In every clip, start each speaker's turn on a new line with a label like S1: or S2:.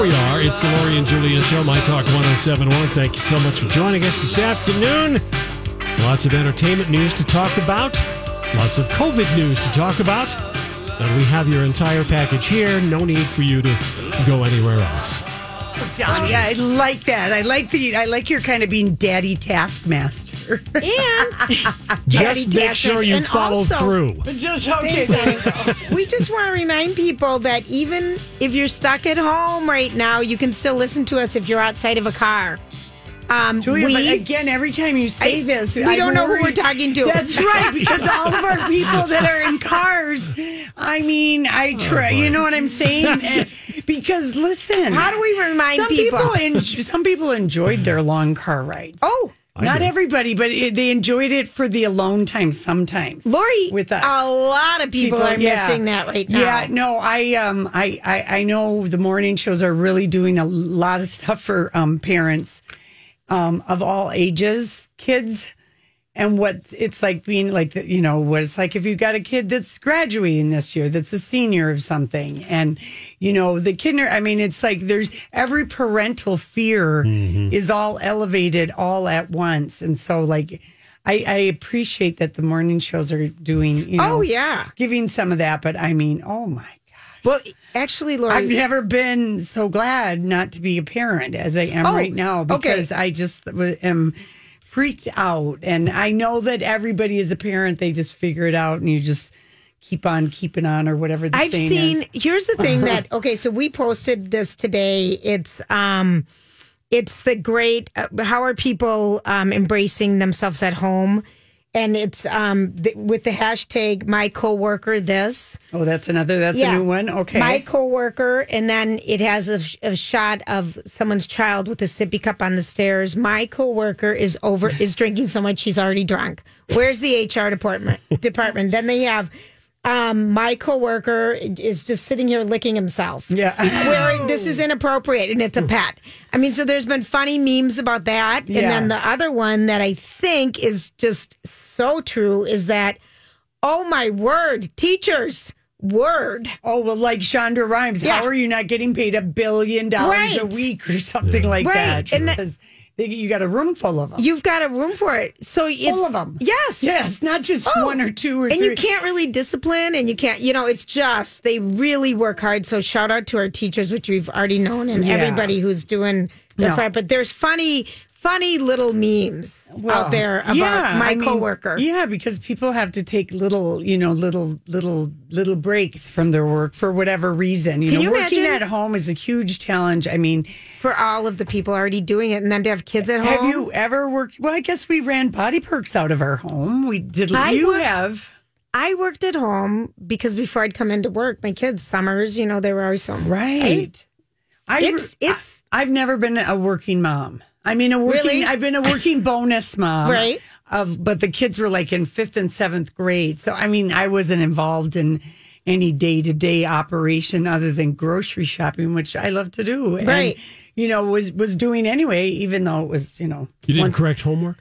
S1: we are. It's the Lori and Julian Show, My Talk 1071. Thank you so much for joining us this afternoon. Lots of entertainment news to talk about, lots of COVID news to talk about, and we have your entire package here. No need for you to go anywhere else.
S2: Don, Oh, yeah, I like that. I like the I like your kind of being daddy taskmaster.
S3: And
S1: Just make sure you
S3: and
S1: follow
S3: also-
S1: through.
S2: Just
S3: we just want to remind people that even if you're stuck at home right now, you can still listen to us if you're outside of a car. Um,
S2: Julia, but
S3: we
S2: again, every time you say
S3: I-
S2: this,
S3: we don't know who we're talking to.
S2: That's right, because all of our people that are in cars. I mean, I try. you know what I'm saying? because listen,
S3: How do we remind
S2: some
S3: people?
S2: en- some people enjoyed their long car rides.
S3: oh,
S2: Not everybody, but it, they enjoyed it for the alone time sometimes.
S3: Lori,
S2: with us,
S3: a lot of people, are
S2: yeah.
S3: missing that right now.
S2: Yeah, no, I um, I, I I know the morning shows are really doing a lot of stuff for um parents, um of all ages, kids, and what it's like being like the, you know what it's like if you've got a kid that's graduating this year, that's a senior of something, and you know the kinder. I mean, it's like there's every parental fear
S3: Mm-hmm.
S2: is all elevated all at once, and so like. I, I appreciate that the morning shows are doing. You know,
S3: Oh, yeah.
S2: giving some of that, but I mean, oh my God.
S3: Well, actually, Lori,
S2: I've never been so glad not to be a parent as I am
S3: Oh,
S2: right now
S3: okay.
S2: because I just w- am freaked out. And I know that everybody is a parent, they just figure it out and you just keep on keeping on or whatever the
S3: I've
S2: saying
S3: seen.
S2: is.
S3: Here's the thing that okay, so we posted this today. It's um, it's the great. Uh, how are people um embracing themselves at home? And it's um th- with the hashtag my coworker this.
S2: Oh, that's another, that's a new one. Okay.
S3: My coworker, and then it has a, sh- a shot of someone's child with a sippy cup on the stairs. My coworker is over is drinking so much he's already drunk. Where's the HR department? Department. Then they have um, my coworker is just sitting here licking himself.
S2: yeah.
S3: Where this is inappropriate and it's a pet. I mean, so there's been funny memes about that. And
S2: Yeah.
S3: then the other one that I think is just so true is that, oh my word, teachers, word.
S2: Oh, well, like Chandra Rhimes,
S3: Yeah.
S2: how are you not getting paid a billion dollars a
S3: Right.
S2: week or something like
S3: Right.
S2: that?
S3: And that-
S2: because they, you got a room full of them.
S3: You've got a room for it. So it's
S2: Full of 'em.
S3: Yes.
S2: yes, not just
S3: Oh,
S2: one or two or
S3: And
S2: three.
S3: you can't really discipline and you can't, you know, it's just they really work hard. So shout out to our teachers, which we've already known, and
S2: Yeah.
S3: everybody who's doing their
S2: No.
S3: part. But there's funny, funny little memes out there about my
S2: I mean,
S3: coworker.
S2: yeah, because people have to take little, you know, little, little, little breaks from their work for whatever reason. You
S3: Can
S2: know,
S3: you
S2: working
S3: imagine?
S2: at home is a huge challenge. I mean,
S3: For all of the people already doing it and then to have kids at home.
S2: have you ever worked? Well, I guess we ran body perks out of our home. We did.
S3: I
S2: you
S3: worked-
S2: have?
S3: I worked at home because before I'd come into work, my kids, summers, you know, they were always home.
S2: Right. I,
S3: It's- it's-
S2: I, have never been a working mom. I mean, a working.
S3: Really?
S2: I've been a working bonus mom.
S3: Right.
S2: Of but the kids were like in fifth and seventh grade, so I mean, I wasn't involved in any day to day operation other than grocery shopping, which I love to do.
S3: Right.
S2: And, you know, was was doing anyway, even though it was you know,
S1: You didn't correct homework?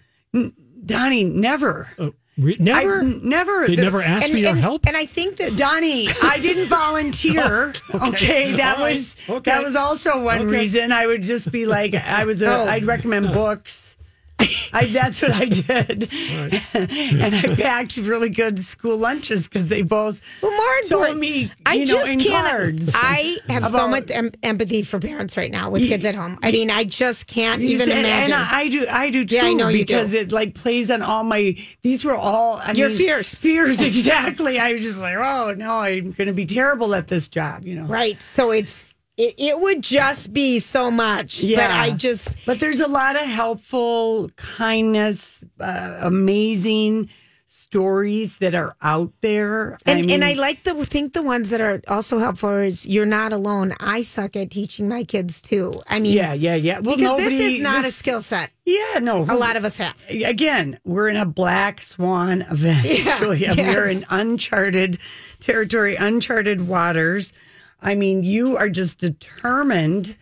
S2: Donnie never,
S1: Uh, re- never?
S2: I, mm, never.
S1: they
S2: the-
S1: never asked for your
S3: and,
S1: help?
S3: And I think that
S2: Donnie, I didn't volunteer.
S3: Oh,
S2: okay. that
S1: All right.
S2: was
S1: Okay.
S2: that was also one
S1: Okay.
S2: reason. I would just be like, I was. A,
S3: Oh.
S2: I'd recommend books. I, that's what I did, and I packed really good school lunches because they both
S3: Well, more
S2: told
S3: important,
S2: me.
S3: I
S2: you know,
S3: just
S2: in
S3: can't.
S2: cards.
S3: I have so
S2: about-
S3: much em- empathy for parents right now with kids at home. I mean, I just can't even
S2: and, And
S3: imagine.
S2: I do, I do too.
S3: Yeah, I know you do.
S2: because it like plays on all my. These were all I
S3: Your
S2: mean,
S3: fears.
S2: fears exactly. I was just like, oh no, I'm going to be terrible at this job. You know,
S3: right? So it's it, it would just be so much. But I just
S2: But there's a lot of helpful, kindness, uh, amazing stories that are out there.
S3: and I,
S2: mean,
S3: and I like the think the ones that are also helpful is you're not alone. I suck at teaching my kids too. I mean,
S2: yeah, yeah, yeah. Well,
S3: because this
S2: nobody-
S3: is not a
S2: this-
S3: skill set.
S2: yeah, no.
S3: A lot of us have.
S2: Again, we're in a black swan event.
S3: Yeah,
S2: Julia. we're
S3: yes.
S2: in uncharted territory, uncharted waters. I mean, you are just determined.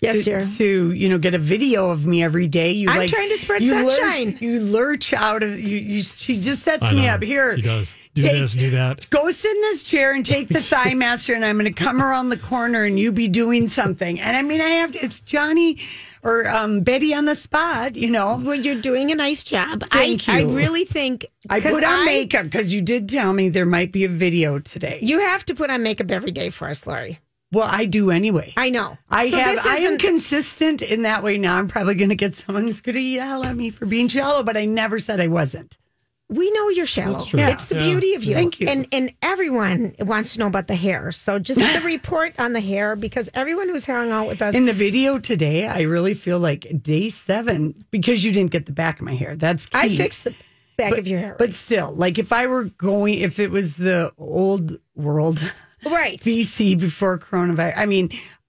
S3: Yes,
S2: to,
S3: dear.
S2: to, you know get a video of me every day. You
S3: I'm
S2: like,
S3: trying to spread
S2: you lurch-
S3: sunshine.
S2: you lurch out of you. you she just sets
S1: I
S2: me
S1: know.
S2: up here.
S1: She does. do
S2: Take-
S1: this, do that.
S2: Go sit in this chair and take the thigh master, and I'm going to come around the corner and you be doing something. And I mean, I have to, it's Johnny or um, Betty on the spot, you know.
S3: Well, you're doing a nice job.
S2: Thank
S3: I,
S2: you.
S3: I really think
S2: I
S3: 'cause
S2: put on
S3: I-
S2: makeup because you did tell me there might be a video today.
S3: You have to put on makeup every day for us, Lori.
S2: Well, I do anyway.
S3: I know.
S2: I
S3: So
S2: have.
S3: this
S2: I am
S3: isn't-
S2: consistent in that way. Now I'm probably going to get someone who's going to yell at me for being shallow, but I never said I wasn't.
S3: we know you're shallow.
S1: true. Yeah.
S3: It's the
S1: Yeah.
S3: beauty of you.
S2: Thank you.
S3: And and everyone wants to know about the hair. So just the report on the hair because everyone who's hanging out with us.
S2: In the video today, I really feel like day seven because you didn't get the back of my hair. That's key.
S3: I fixed the back of your hair.
S2: but still, like if I were going, if it was the old world,
S3: right.
S2: BC before coronavirus, I mean,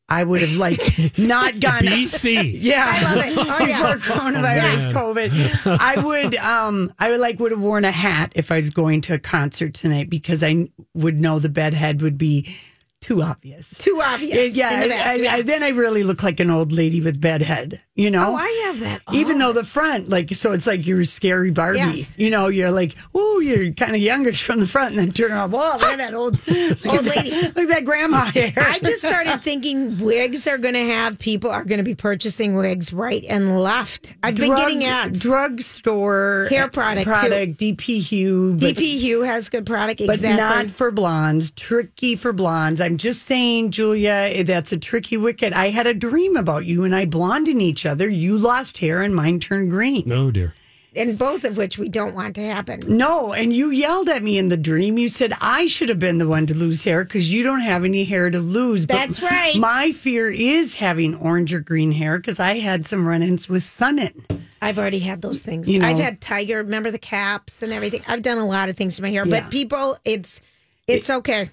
S2: I would have like not gone.
S1: BC.
S2: Yeah,
S3: I love it. Oh, yeah.
S2: before coronavirus,
S1: man.
S2: COVID. I would, um, I would like would have worn a hat if I was going to a concert tonight because I would know the bedhead would be too obvious.
S3: Too obvious.
S2: yeah,
S3: in the
S2: I-
S3: back.
S2: I, I, then I really look like an old lady with bedhead. You know.
S3: oh, I have that.
S2: even
S3: all.
S2: though the front, like, so it's like you're scary Barbie.
S3: Yes.
S2: You know, you're like, oh, you're kind of youngish from the front, and then turn around, whoa, look at that old,
S3: old lady.
S2: look at that grandma hair.
S3: I just started thinking wigs are going to have people are going to be purchasing wigs right and left. I've been getting ads.
S2: Drugstore uh,
S3: Hair product, too.
S2: product DP Hue, but,
S3: DP Hue has good product.
S2: but
S3: Exactly.
S2: not for blondes. Tricky for blondes. I'm just saying, Julia, that's a tricky wicket. I had a dream about you and I blonding each other. You lost hair and mine turned green.
S1: No, dear.
S3: and both of which we don't want to happen.
S2: No, and you yelled at me in the dream. You said I should have been the one to lose hair because you don't have any hair to lose.
S3: That's right.
S2: My fear is having orange or green hair because I had some run-ins with Sunnin.
S3: I've already had those things.
S2: You know.
S3: I've had tiger, remember the caps and everything. I've done a lot of things to my hair,
S2: Yeah.
S3: but people, it's it's okay.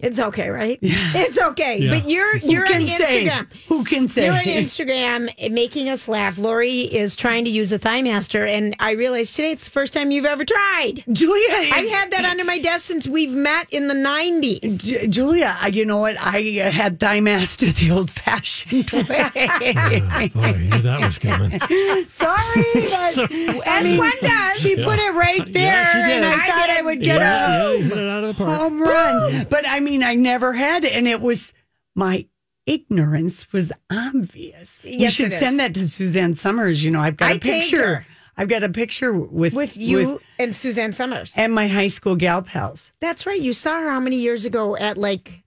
S3: It's okay, right? It's okay.
S1: Yeah.
S3: But you're
S1: Who
S3: you're on
S2: Can say
S3: Instagram.
S2: who can say
S3: You're on Instagram making us laugh. Lori is trying to use a thigh master, and I realized today it's the first time you've ever tried.
S2: Julia?
S3: I've had that under my desk since we've met in the 90s.
S2: J- Julia, I- you know what? I uh, had thigh master the old-fashioned way.
S1: Oh, I knew that was coming.
S2: Sorry, but
S3: As one does.
S2: she put it right there,
S1: Yeah, she did.
S2: and I,
S1: I
S2: thought
S3: did.
S2: I would get a
S1: yeah, yeah, you put it out of the park.
S2: home run. But I mean, I never had it, and it was my ignorance was obvious. you
S3: Yes,
S2: should
S3: it is.
S2: send that to Suzanne Summers. You know, I've got a
S3: I tagged
S2: picture.
S3: her.
S2: I've got a picture with
S3: With you and Suzanne Summers.
S2: and my high school gal pals.
S3: That's right. You saw her how many years ago at like,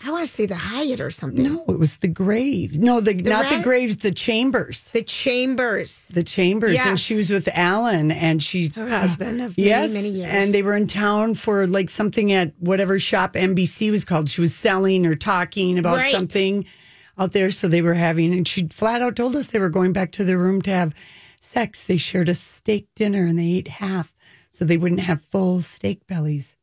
S3: I want to say the Hyatt or something.
S2: No, it was the graves. No, the, not the
S3: Ra-
S2: graves. The chambers.
S3: The Chambers,
S2: The chambers, and
S3: Yes.
S2: she was with Alan, and she.
S3: her husband of many,
S2: Yes,
S3: many years.
S2: and they were in town for like something at whatever shop NBC was called. She was selling or talking about
S3: Right.
S2: something out there, so they were having, and she flat out told us they were going back to their room to have sex. They shared a steak dinner and they ate half, so they wouldn't have full steak bellies.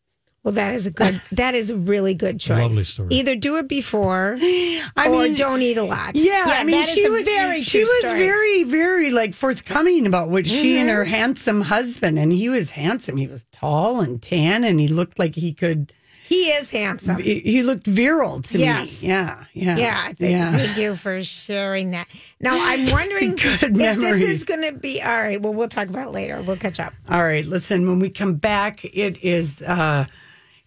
S3: well, that is a good, that is a really good choice.
S1: Lovely story.
S3: Either do it before
S2: I
S3: or
S2: mean,
S3: don't eat a lot.
S2: yeah, I mean,
S3: that is
S2: she
S3: a
S2: was
S3: very
S2: she
S3: true
S2: was
S3: story. Mm-hmm.
S2: very, very like forthcoming about what she and her handsome husband, and he was handsome. He was tall and tan, and he looked like he could.
S3: He is handsome.
S2: he he looked virile to
S3: Yes.
S2: me. Yeah, yeah,
S3: Yeah, th- thank you for sharing that. Now I'm wondering
S2: Good
S3: if this
S2: memory.
S3: is going to be all right. Well, we'll talk about it later. We'll catch up.
S2: All right, listen. When we come back, it is uh,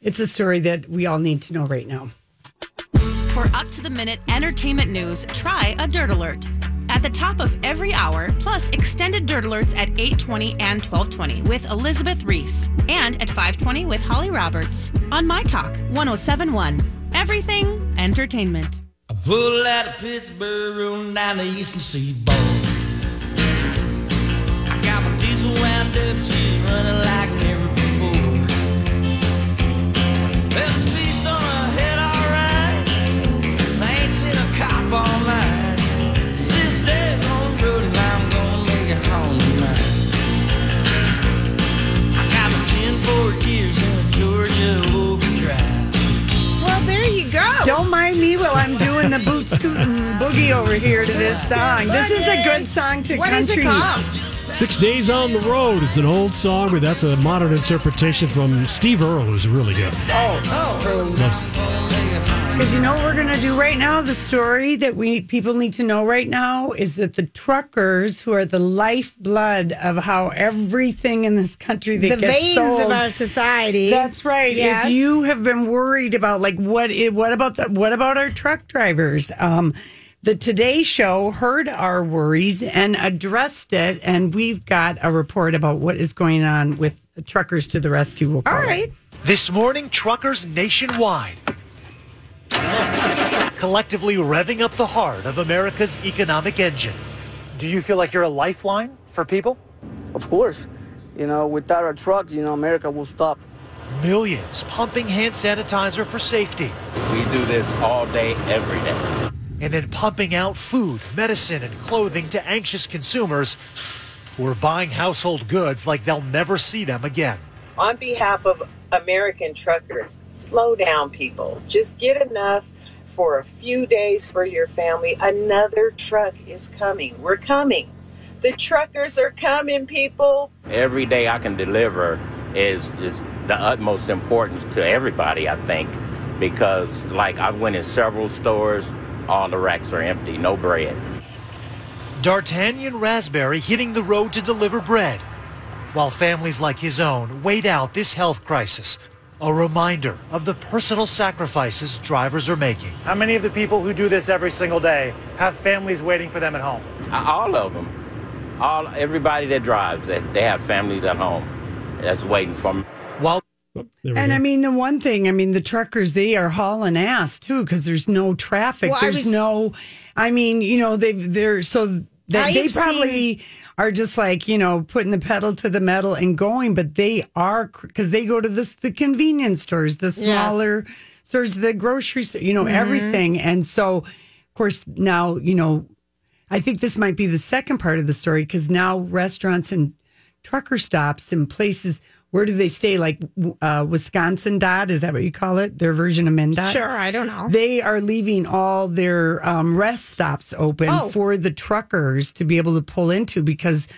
S2: it's a story that we all need to know right now.
S4: For up to the minute entertainment news, try a Dirt Alert. At the top of every hour, plus extended Dirt Alerts at 8:20 and 12:20 with Elizabeth Reese and at 5:20 with Holly Roberts on My Talk 1071. Everything entertainment.
S5: I pulled out of Pittsburgh room down the eastern seaboard. I got my diesel wound up, she's running like never before. Well, the speed's on her head, alright. I ain't seen a cop all night. Six days on the road, and I'm gonna make it home tonight. I got my 10 Ford gears in a Georgia overdrive.
S3: Well, there you go.
S2: Don't mind me while I'm doing the boot scooting boogie over here to this song. This is a good song to
S3: What is
S2: country.
S3: it called?
S1: Six Days on the Road. It's an old song, but that's a modern interpretation from Steve Earle, who's really good.
S2: Oh,
S1: Loves
S5: Gonna make it home
S2: Because you know what we're going to do right now? The story that we people need to know right now is that the truckers, who are the lifeblood of how everything in this country that
S3: the
S2: gets
S3: veins
S2: sold,
S3: of our society.
S2: That's right.
S3: Yes.
S2: If you have been worried about like what it, what about the what about our truck drivers? Um the Today Show heard our worries and addressed it, and we've got a report about what is going on with the truckers to the rescue. We'll call
S3: all
S2: it.
S3: right.
S6: This morning, truckers nationwide collectively revving up the heart of America's economic engine. Do you feel like you're a lifeline for people?
S7: Of course. You know, without our trucks, you know, America will stop.
S6: Millions pumping hand sanitizer for safety
S8: We do this all day, every day.
S6: and then pumping out food, medicine, and clothing to anxious consumers who are buying household goods like they'll never see them again.
S9: on behalf of American truckers, slow down, people. Just get enough for a few days for your family. Another truck is coming. We're coming. The truckers are coming, people.
S8: Every day I can deliver is is the utmost importance to everybody, I think, because like I went in several stores, all the racks are empty, no bread.
S6: D'Artagnan Raspberry hitting the road to deliver bread, while families like his own wait out this health crisis, a reminder of the personal sacrifices drivers are making. How many of the people who do this every single day have families waiting for them at home?
S8: Uh, All of them, all everybody that drives, that they have families at home that's waiting for me.
S6: While
S1: There we
S2: And
S1: go.
S2: I mean, the one thing, I mean, the truckers, they are hauling ass too, because there's no traffic.
S3: Well, I
S2: there's
S3: was-
S2: no, I mean, you know, they, they're so
S3: I
S2: that they
S3: have
S2: probably are just like, you know, putting the pedal to the metal and going, but they are, because they go to this, the convenience stores, the smaller stores, the grocery store, you know,
S3: Mm-hmm.
S2: everything. And so, of course, now, you know, I think this might be the second part of the story because now restaurants and trucker stops and places where do they stay? Like uh, Wisconsin dot is that what you call it? Their version of MnDOT.
S3: Sure. I don't know.
S2: They are leaving all their um, rest stops open
S3: Oh.
S2: for the truckers to be able to pull into because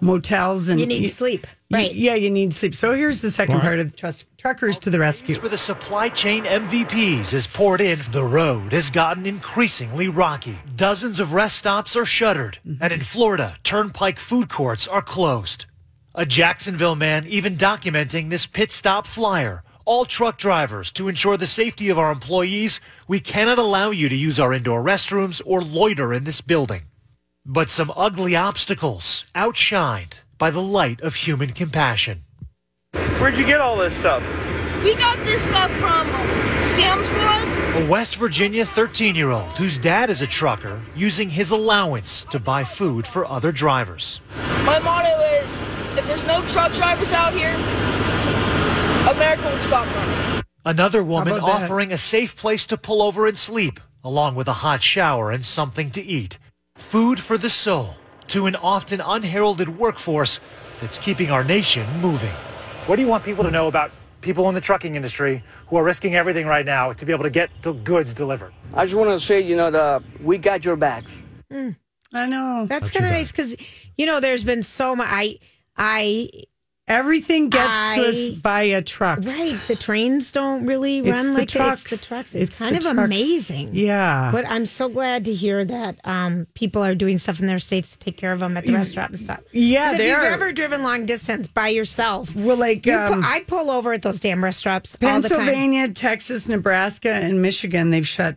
S2: motels and
S3: you need sleep.
S2: Y-
S3: Right.
S2: yeah, you need sleep. So here's the second
S1: Right.
S2: part of the trust, truckers to the rescue.
S6: for the supply chain MVPs is poured in, the road has gotten increasingly rocky. Dozens of rest stops are shuttered, and in Florida, turnpike food courts are closed. A Jacksonville man even documenting this pit stop flyer. All truck drivers, to ensure the safety of our employees, we cannot allow you to use our indoor restrooms or loiter in this building. But some ugly obstacles outshined by the light of human compassion.
S10: Where'd you get all this stuff?
S5: We got this stuff from Sam's Club.
S6: A West Virginia 13 year old whose dad is a trucker using his allowance to buy food for other drivers.
S5: My motto is if there's no truck drivers out here, America would stop running.
S6: Another woman
S2: about that?
S6: offering a safe place to pull over and sleep, along with a hot shower and something to eat. Food for the soul to an often unheralded workforce that's keeping our nation moving. What do you want people to know about people in the trucking industry who are risking everything right now to be able to get the goods delivered?
S7: I just want to say, you know, the, we got your backs.
S2: I know
S3: That's kind of nice because you know there's been so much. I I
S2: everything gets to us
S3: I-
S2: via trucks.
S3: right. The trains don't really
S2: It's
S3: run
S2: the
S3: like that.
S2: trucks.
S3: It's the trucks. It's,
S2: It's
S3: kind
S2: the
S3: of
S2: trucks.
S3: amazing.
S2: Yeah.
S3: But I'm so glad to hear that um, people are doing stuff in their states to take care of them at the restaurant and stuff.
S2: yeah,
S3: 'Cause if
S2: they
S3: you've
S2: are.
S3: ever driven long distance by yourself,
S2: Well, like
S3: you pu-
S2: um,
S3: I pull over at those damn restaurants all the time.
S2: Pennsylvania, Texas, Nebraska, and Michigan, they've shut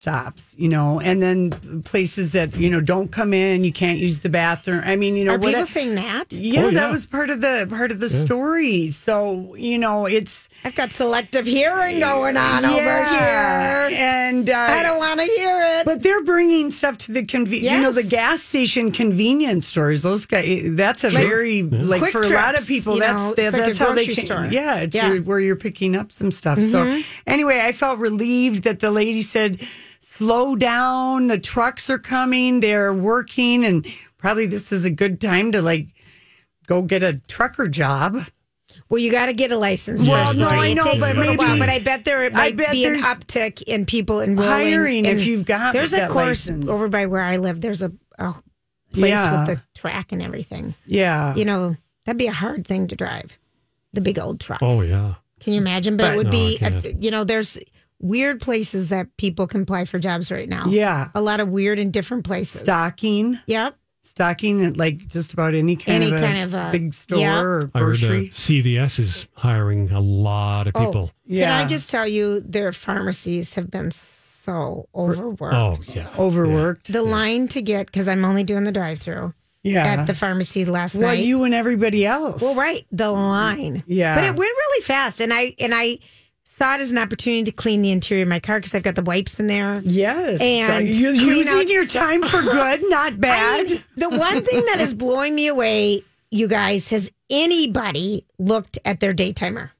S2: stops, you know, and then places that, you know, don't come in, you can't use the bathroom. I mean, you know,
S3: Are people
S2: what-
S3: saying that?
S2: Yeah,
S3: Oh, yeah.
S2: that was part of the part of the story. So, you know, it's
S3: I've got selective hearing going on over here.
S2: And uh,
S3: I don't want to hear it.
S2: But they're bringing stuff to the convenience. You know, the
S3: Yes.
S2: gas station convenience stores. Those guys. That's a
S3: Like
S2: very like
S3: quick
S2: for a lot of
S3: trips,
S2: people.
S3: you
S2: That's
S3: know,
S2: the,
S3: it's like
S2: that's
S3: your
S2: how they
S3: grocery
S2: can.
S3: store.
S2: Yeah, it's
S3: Yeah.
S2: Your, where you're picking up some stuff.
S3: Mhm.
S2: So anyway, I felt relieved that the lady said, "Slow down. The trucks are coming. They're working, and probably this is a good time to like." Go get a trucker job.
S3: Well, you got to get a license
S2: Well,
S3: first.
S2: no, I
S3: it
S2: know,
S3: takes
S2: but
S3: a little while,
S2: maybe-
S3: but I bet there it
S2: I
S3: might
S2: bet
S3: be an
S2: there's
S3: uptick in people enrolling.
S2: hiring if
S3: in-
S2: you've got
S3: There's a
S2: that
S3: course
S2: license.
S3: over by where I live. There's a, a place
S2: Yeah.
S3: with a track and everything.
S2: Yeah.
S3: You know, that'd be a hard thing to drive. The big old trucks.
S1: Oh yeah.
S3: Can you imagine? But, it
S1: But-
S3: would
S1: No,
S3: be,
S1: I
S3: uh,
S1: can't.
S3: you know, there's weird places that people can apply for jobs right now.
S2: Yeah.
S3: A lot of weird and different places.
S2: Stocking.
S3: Yep.
S2: Stocking at like just about any kind
S3: Any
S2: of a
S3: kind of a-
S2: big store
S3: yeah.
S2: or
S1: I heard uh,
S2: grocery.
S1: CVS is hiring a lot of people.
S3: Oh, Can I just tell you, their pharmacies have been so overworked.
S1: Oh, yeah.
S2: Overworked.
S3: The line to get because I'm only doing the drive-through.
S2: Yeah.
S3: At the pharmacy last
S2: well,
S3: night.
S2: you and everybody else.
S3: well, right, the line.
S2: Yeah.
S3: But it went really fast, and I and I saw it as an opportunity to clean the interior of my car because I've got the wipes in there.
S2: Yes.
S3: And
S2: you're
S3: clean
S2: using
S3: out-
S2: your time for good, not
S3: I
S2: bad.
S3: mean, the one thing that is blowing me away, you guys, has anybody looked at their day timer?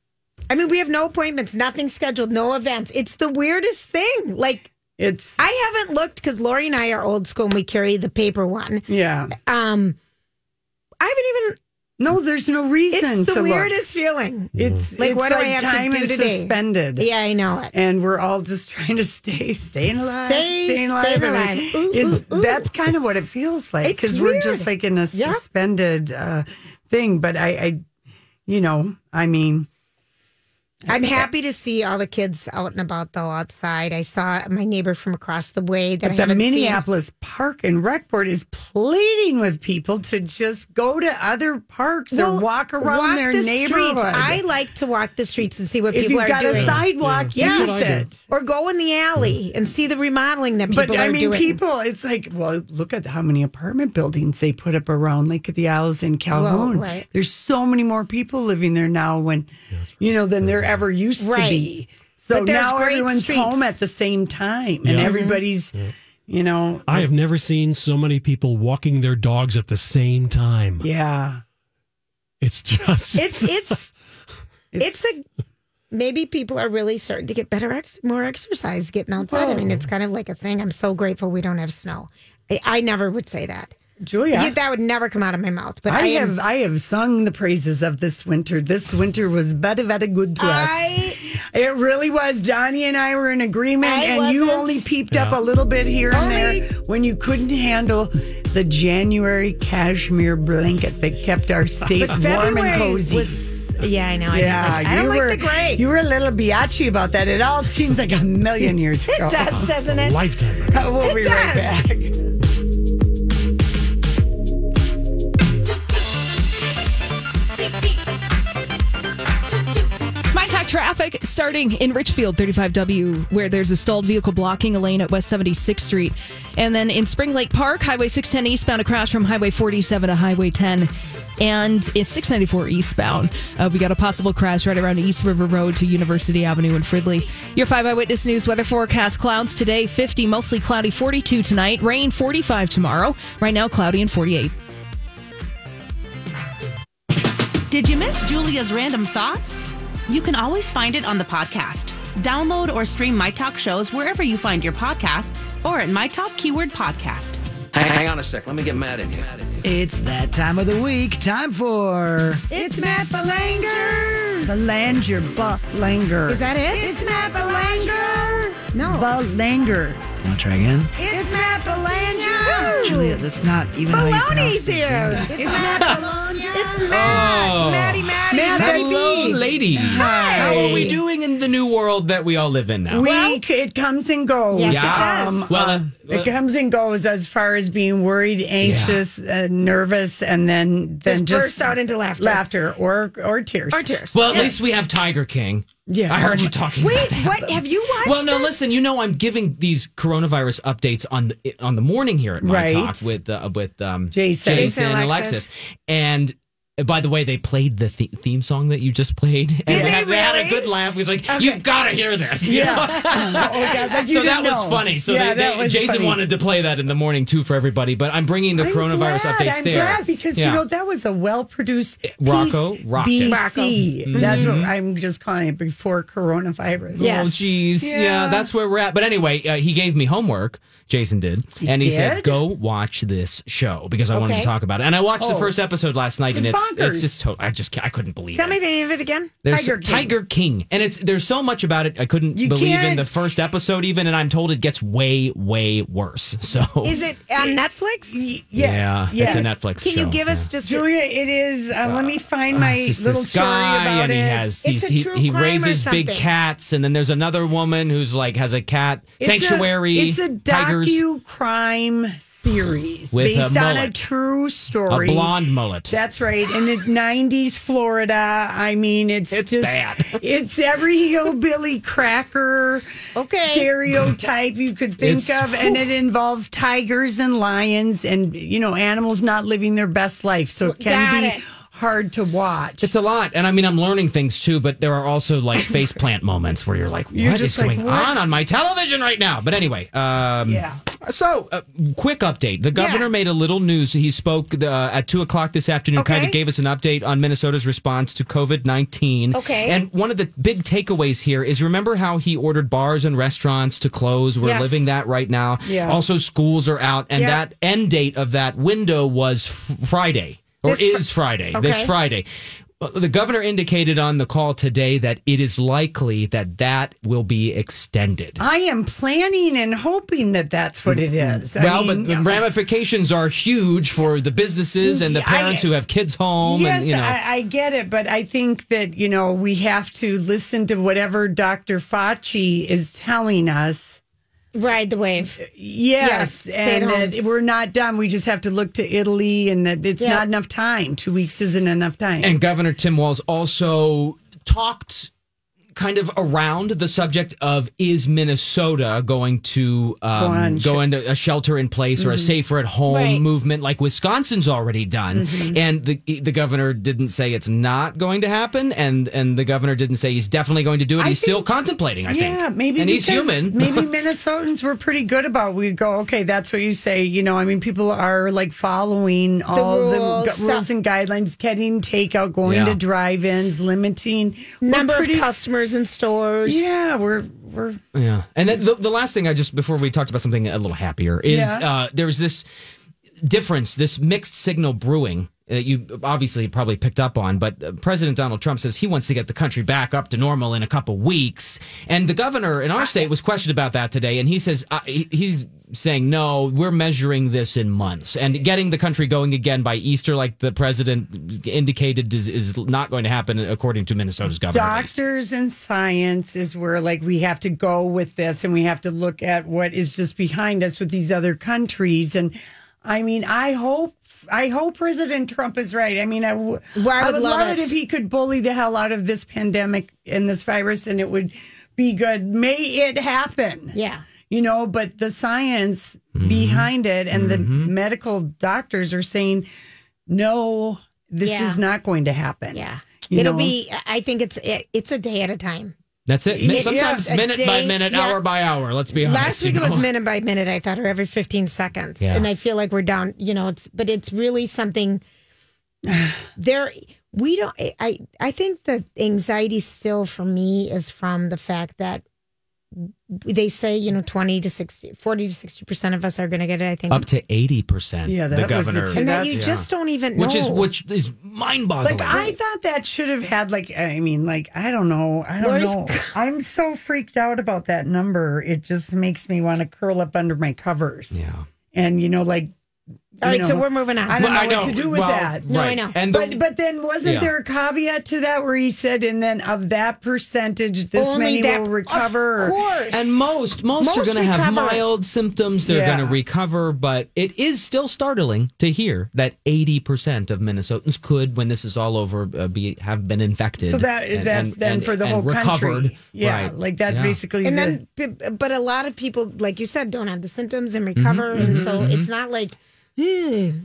S3: I mean, we have no appointments, nothing scheduled, no events. It's the weirdest thing. Like,
S2: it's
S3: I haven't looked because Lori and I are old school and we carry the paper one.
S2: Yeah.
S3: Um, I haven't even.
S2: No, there's no reason.
S3: It's the
S2: to look.
S3: weirdest feeling.
S2: It's
S3: Like,
S2: it's
S3: what do I have to
S2: time
S3: do
S2: is
S3: today?
S2: Suspended.
S3: Yeah, I know it.
S2: And we're all just trying to stay, staying alive,
S3: Stay-
S2: staying alive.
S3: staying
S2: and
S3: alive.
S2: it-
S3: Ooh,
S2: it's-
S3: ooh, ooh.
S2: That's kind of what it feels like
S3: It's
S2: because we're
S3: weird.
S2: just like in a
S3: Yeah.
S2: suspended uh, thing. But I, I, you know, I mean,
S3: I'm happy to see all the kids out and about though outside. I saw my neighbor from across the way that I
S2: But the
S3: haven't seen.
S2: Minneapolis Park and Rec Board is pleading with people to just go to other parks
S3: Well,
S2: or walk around
S3: walk
S2: their
S3: the
S2: neighborhood.
S3: Streets. I like to walk the streets and see what
S2: if
S3: people
S2: you've
S3: are
S2: got
S3: doing.
S2: a sidewalk,
S3: Yeah.
S2: use
S3: That's what I do.
S2: it.
S3: or go in the alley and see the remodeling that people
S2: But
S3: are
S2: I mean,
S3: doing.
S2: people, it's like, well, look at how many apartment buildings they put up around Lake of the Owls in Calhoun.
S3: right.
S2: There's so many more people living there now when, you know, than there ever used
S3: Right.
S2: to be. So
S3: But there's
S2: now
S3: great
S2: everyone's
S3: streets. Mm-hmm.
S2: home at the same time
S1: Yeah.
S2: and
S1: Mhm.
S2: everybody's, you know,
S1: I have never seen so many people walking their dogs at the same time.
S2: yeah.
S1: It's just
S3: it's it's it's, a maybe people are really starting to get better ex- more exercise getting outside. I mean, it's kind of like a thing. I'm so grateful we don't have snow. I, I never would say that.
S2: Julia.
S3: You- that would never come out of my mouth. But I,
S2: I,
S3: am-
S2: have I have sung the praises of this winter. This winter was very very good to
S3: I-
S2: us. It really was. Donnie and I were in agreement,
S3: I
S2: and you
S3: wasn't.
S2: only peeped up
S1: Yeah.
S2: a little bit here and
S3: Only-
S2: there when you couldn't handle the January cashmere blanket that kept our state warm and
S3: February
S2: cozy.
S3: was- yeah, I know. I
S2: yeah,
S3: don't like, I don't
S2: you
S3: like
S2: were
S3: the gray.
S2: you were a little biatchy about that. It all seems like a million years
S3: it
S2: ago.
S3: does, doesn't it?
S1: lifetime.
S2: We'll be
S3: it
S2: right
S3: does.
S2: back.
S11: My talk traffic starting in Richfield 35W, where there's a stalled vehicle blocking a lane at West 76th Street. And then in Spring Lake Park, Highway 610 eastbound across from Highway 47 to Highway 10. And it's 694 eastbound. Uh, we got a possible crash right around East River Road to University Avenue in Fridley. Your 5 Eyewitness News weather forecast clouds today 50, mostly cloudy 42 tonight, rain 45 tomorrow. Right now, cloudy and 48.
S4: Did you miss Julia's random thoughts? You can always find it on the podcast. Download or stream My Talk shows wherever you find your podcasts or at My Talk Keyword Podcast.
S12: Hang, hang on a sec. Let me get mad at you.
S13: It's that time of the week. Time for
S3: It's Matt Belanger.
S13: Belanger, Belanger.
S3: Is that it? It's Matt Belanger. No.
S13: Belanger.
S14: Want to try again?
S3: It's Matt Belanger.
S14: Julia, that's not even how you pronounce
S3: Baloney's here.
S14: Belanger.
S3: It's Matt Belanger. It's Matt.
S10: Oh.
S3: Maddie, Maddie. Matt,
S10: Hello, ladies.
S3: Hi.
S10: How are we doing in the new world that we all live in now?
S2: We it comes and goes.
S10: Yes, it Yeah. does. Well, uh,
S2: it comes and goes as far as being worried, anxious, uh, nervous, and then then
S10: Just
S2: just,
S10: burst out
S2: into laughter, laughter or or tears, or tears.
S10: Well, at least we have Tiger King.
S2: Yeah.
S10: I heard
S2: Oh
S10: you
S2: my-
S10: talking.
S2: Wait,
S10: about that.
S2: what? Have you watched
S10: Well, no.
S2: this?
S10: Listen, you know I'm giving these coronavirus updates on the on the morning here at my
S2: Right.
S10: talk with uh, with um,
S2: Jason. Jason,
S10: and
S2: Alexis.
S10: Alexis. Oh, And uh, by the way, they played the the- theme song that you just played, and
S2: they
S10: had, had a
S2: really?
S10: good laugh. He was like, "You've got to hear this."
S2: Yeah. Oh, God, like you
S10: so that
S2: didn't
S10: was
S2: know.
S10: funny. So
S2: Yeah,
S10: they,
S2: that
S10: they-
S2: was
S10: Jason
S2: funny.
S10: wanted to play that in the morning too for everybody. But I'm bringing the
S2: I'm
S10: coronavirus
S2: glad,
S10: updates
S2: I'm
S10: there
S2: glad because
S10: Yeah. Eh,
S2: you know that was a well-produced
S10: Rocco
S2: piece,
S10: rocked it.
S2: BC.
S10: Rocco.
S2: That's
S10: Mhm.
S2: what I'm just calling it before coronavirus.
S10: Oh, jeez. Yeah. that's where we're at. But anyway, uh, he gave me homework. Jason did. and he said,
S2: did?
S10: go watch this show because I wanted to
S3: Okay.
S10: talk about it. And I watched the
S3: Oh.
S10: first episode last night and
S3: It's
S10: it's, it's
S3: bonkers.
S10: just total. I just, ca- I couldn't believe
S3: Tell
S10: it.
S3: me the name of it again.
S10: There's Tiger King. And it's there's so much about it I couldn't believe in
S3: can't-
S10: the first episode even and I'm told it gets way way worse. So
S3: Is it on Netflix? yes.
S10: Yeah, it's a Netflix
S3: Can
S10: show,
S3: you give us just Julia?
S2: It is. Uh, let me find
S10: Uh,
S2: my
S10: it's just
S2: little
S10: this
S2: story
S10: guy
S2: about
S10: and
S2: it.
S10: he has these
S2: It's a
S10: he,
S2: true
S10: he
S2: crime or
S10: raises big
S2: something.
S10: cats and then there's another woman who's like has a cat
S2: It's a-
S10: sanctuary
S2: It's a
S10: tigers
S2: docu crime series
S10: With a
S2: based on a
S10: mullet.
S2: true story.
S10: a blonde mullet.
S2: That's right. And it's 90s Florida. I mean, it's,
S10: It's
S2: just,
S10: bad.
S2: It's every hillbilly cracker okay. stereotype you could think
S10: It's-
S2: of. And it involves tigers and lions and, you know, animals not living their best life. So it can
S10: Got
S2: be
S10: it.
S2: hard to watch.
S10: It's a lot. And I mean, I'm learning things too, but there are also like face plant moments where you're like, what
S2: You're
S10: is
S2: just like,
S10: going
S2: what?
S10: on on my television right now? But anyway, um, yeah. So, uh, quick update. The governor made a little news. He spoke uh, at two o'clock this afternoon, kind of gave us an update on Minnesota's response to COVID 19.
S3: Okay.
S10: And one of the big takeaways here is remember how he ordered bars and restaurants to close? We're
S3: Yes.
S10: living that right now.
S3: Yeah.
S10: Also, schools are out, and
S3: Yeah.
S10: that end date of that window was f- Friday. Or
S3: This fr-
S10: is Friday, this
S3: Okay.
S10: Friday. Uh, The governor indicated on the call today that it is likely that that will be extended.
S2: I am planning and hoping that that's what it is. I
S10: Mm-hmm. well,
S2: mean,
S10: but the ramifications are huge for the businesses and the
S2: I-
S10: parents who have kids home,
S2: uh, Yes,
S10: and you know.
S2: I, I get it, but I think that you know we have to listen to whatever Dr. Fauci is telling us.
S3: Ride the wave. Yes,
S2: Yes,
S3: stay
S2: and
S3: at home.
S2: that we're not done. We just have to look to Italy, and that it's
S10: Yeah.
S2: not enough time. Two weeks isn't enough time.
S10: and Governor Tim Walz also talked kind of around the subject of is Minnesota going to um,
S2: Go on,
S10: go into a shelter in place or a
S2: Mhm.
S10: safer at home
S2: Right.
S10: movement like Wisconsin's already done
S2: Mhm.
S10: and the the governor didn't say it's not going to happen and and the governor didn't say he's definitely going to do it
S2: I
S10: he's still
S2: think-
S10: contemplating I think
S2: Yeah, maybe
S10: and he's
S2: because
S10: human
S2: maybe Minnesotans were pretty good about. We go, okay, that's what you say. You know, I mean, people are like following all the
S3: rules.
S2: gu- rules and guidelines, getting takeout, going
S3: Yeah.
S2: to drive-ins, limiting we're
S3: Number of
S2: pretty-
S3: customers in stores.
S2: Yeah, we're we're
S10: Yeah. And then the, the last thing I just, before we talked about something a little happier, is
S2: Yeah.
S10: uh, there was this difference, this mixed signal brewing that you obviously probably picked up on. But uh, President Donald Trump says he wants to get the country back up to normal in a couple weeks. And the governor in our state was questioned about that today. And he says, uh, he, he's saying, no, we're measuring this in months and getting the country going again by Easter, like the president indicated, is, is not going to happen, according to Minnesota's governor.
S2: doctors and science is where like we have to go with this and we have to look at what is just behind us with these other countries and i mean i hope I hope President Trump is right. I mean, I, w-
S3: I
S2: I
S3: would
S2: would
S3: love
S2: love,
S3: it.
S2: it if he could bully the hell out of this pandemic and this virus, and it would be good. May it happen.
S3: Yeah.
S2: You know, but the science
S10: Mm-hmm.
S2: behind it and the medical doctors are saying, no, this
S3: Yeah.
S2: is not going to happen.
S3: Yeah.
S2: You
S3: It'll
S2: know?
S3: be. I think it's it, it's a day at a time.
S10: That's it.
S3: Yeah,
S10: Sometimes
S3: yeah, a
S10: minute by
S3: day,
S10: minute,
S3: yeah.
S10: hour by hour. Let's be honest.
S3: Last
S10: you
S3: week it was
S10: know?
S3: minute by minute. I thought, or every fifteen seconds,
S10: Yeah.
S3: and I feel like we're down. You know, it's but it's really something. There, we don't. I I think the anxiety still for me is from the fact that they say you know 20 to 60 40 to 60 percent of us are going to get it i think
S10: Up to eighty percent.
S3: Yeah,
S10: the
S3: that was the
S10: governor.
S3: two- And that you that's- just don't even
S10: Which is
S3: know.
S10: which is mind boggling.
S2: Like I thought that should have had like I mean like I don't know I don't
S3: Lori's-
S2: know I'm so freaked out about that number it just makes me want to curl up under my covers
S10: yeah
S2: and you know like
S3: All
S2: you
S3: right, so
S2: know,
S3: we're moving on.
S2: I don't
S3: Well,
S2: know,
S3: I
S2: what to
S3: know.
S2: do with
S3: Well,
S2: that
S3: No, I right. know.
S10: And
S2: but
S10: the-
S2: but then wasn't
S10: Yeah.
S2: there a caveat to that where he said and then of that percentage this
S3: Only
S2: many
S3: that-
S2: will
S3: of
S2: recover
S3: course.
S10: And most most, are going to have
S2: recover.
S10: mild symptoms. They're
S2: Yeah.
S10: going to recover, but it is still startling to hear that eighty percent of Minnesotans could, when this is all over, uh, be have been infected.
S2: so that is
S10: and-
S2: that
S10: and-
S2: then
S10: and-
S2: for the
S10: and
S2: whole
S10: recovered.
S2: country yeah
S10: Right.
S2: like that's
S10: Yeah.
S2: basically
S3: and
S2: the-
S3: then p- but a lot of people like you said don't have the symptoms and
S10: Mm-hmm.
S3: recover and
S2: mhm,
S3: so
S2: mhm.
S3: it's not like eh, doom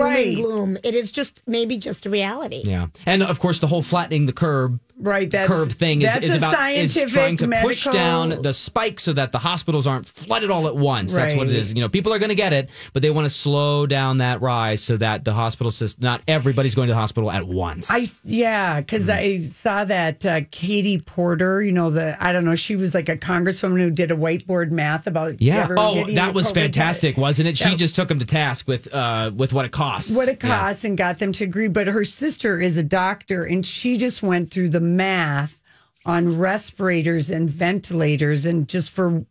S2: Right.
S3: and gloom it is just maybe just a reality
S10: Yeah, and of course the whole flattening the curb,
S2: right? That's,
S10: curve thing is,
S2: that's
S10: is
S2: a
S10: about is
S2: scientific,
S10: trying to push
S2: medical-
S10: down the spike so that the hospitals aren't flooded all at once. That's what it
S2: Right.
S10: is. You know, people are going to get it, but they want to slow down that rise so that the hospital system, not everybody's going to the hospital at once.
S2: I yeah, because
S10: Mm.
S2: I saw that uh, Katie Porter. You know the I don't know. She was like a congresswoman who did a whiteboard math about
S10: Yeah.
S2: everyone
S10: Oh,
S2: getting
S10: that
S2: the
S10: was
S2: COVID
S10: fantastic, wasn't it? She just took him to task with uh with what it costs.
S2: what it
S10: Yeah.
S2: costs and got them to agree. But her sister is a doctor, and she just went through the math on respirators and ventilators, and just for